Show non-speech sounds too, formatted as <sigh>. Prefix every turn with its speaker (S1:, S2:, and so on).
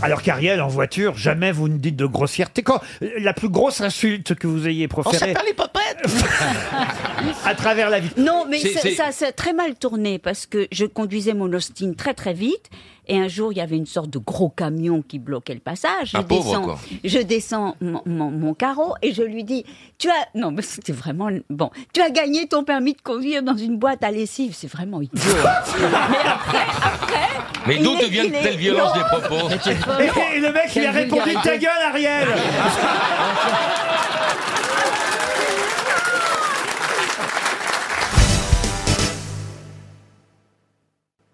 S1: Alors qu'Ariel, en voiture, jamais vous ne dites de grossièreté. Quand euh, la plus grosse insulte que vous ayez proférée
S2: les popettes
S1: à travers la vie.
S3: <laughs> Non, mais
S2: C'est-
S3: ça-
S2: c'est-
S3: ça s'est très mal tourné parce que je conduisais mon Austin très très vite et un jour il y avait une sorte de gros camion qui bloquait le passage. Je
S4: Un Ah, pauvre,
S3: descends,
S4: quoi.
S3: je descends mon, mon- mon carreau et je lui dis tu as non mais c'était vraiment bon tu as gagné ton permis de conduire dans une boîte à lessive c'est vraiment
S4: <laughs>
S3: idiot.
S4: Mais
S3: Il
S4: d'où
S3: est-
S4: te vient
S3: il est-
S4: telle violence
S3: Non.
S4: des propos
S1: Et, et le mec, il a répondu ta gueule, Ariel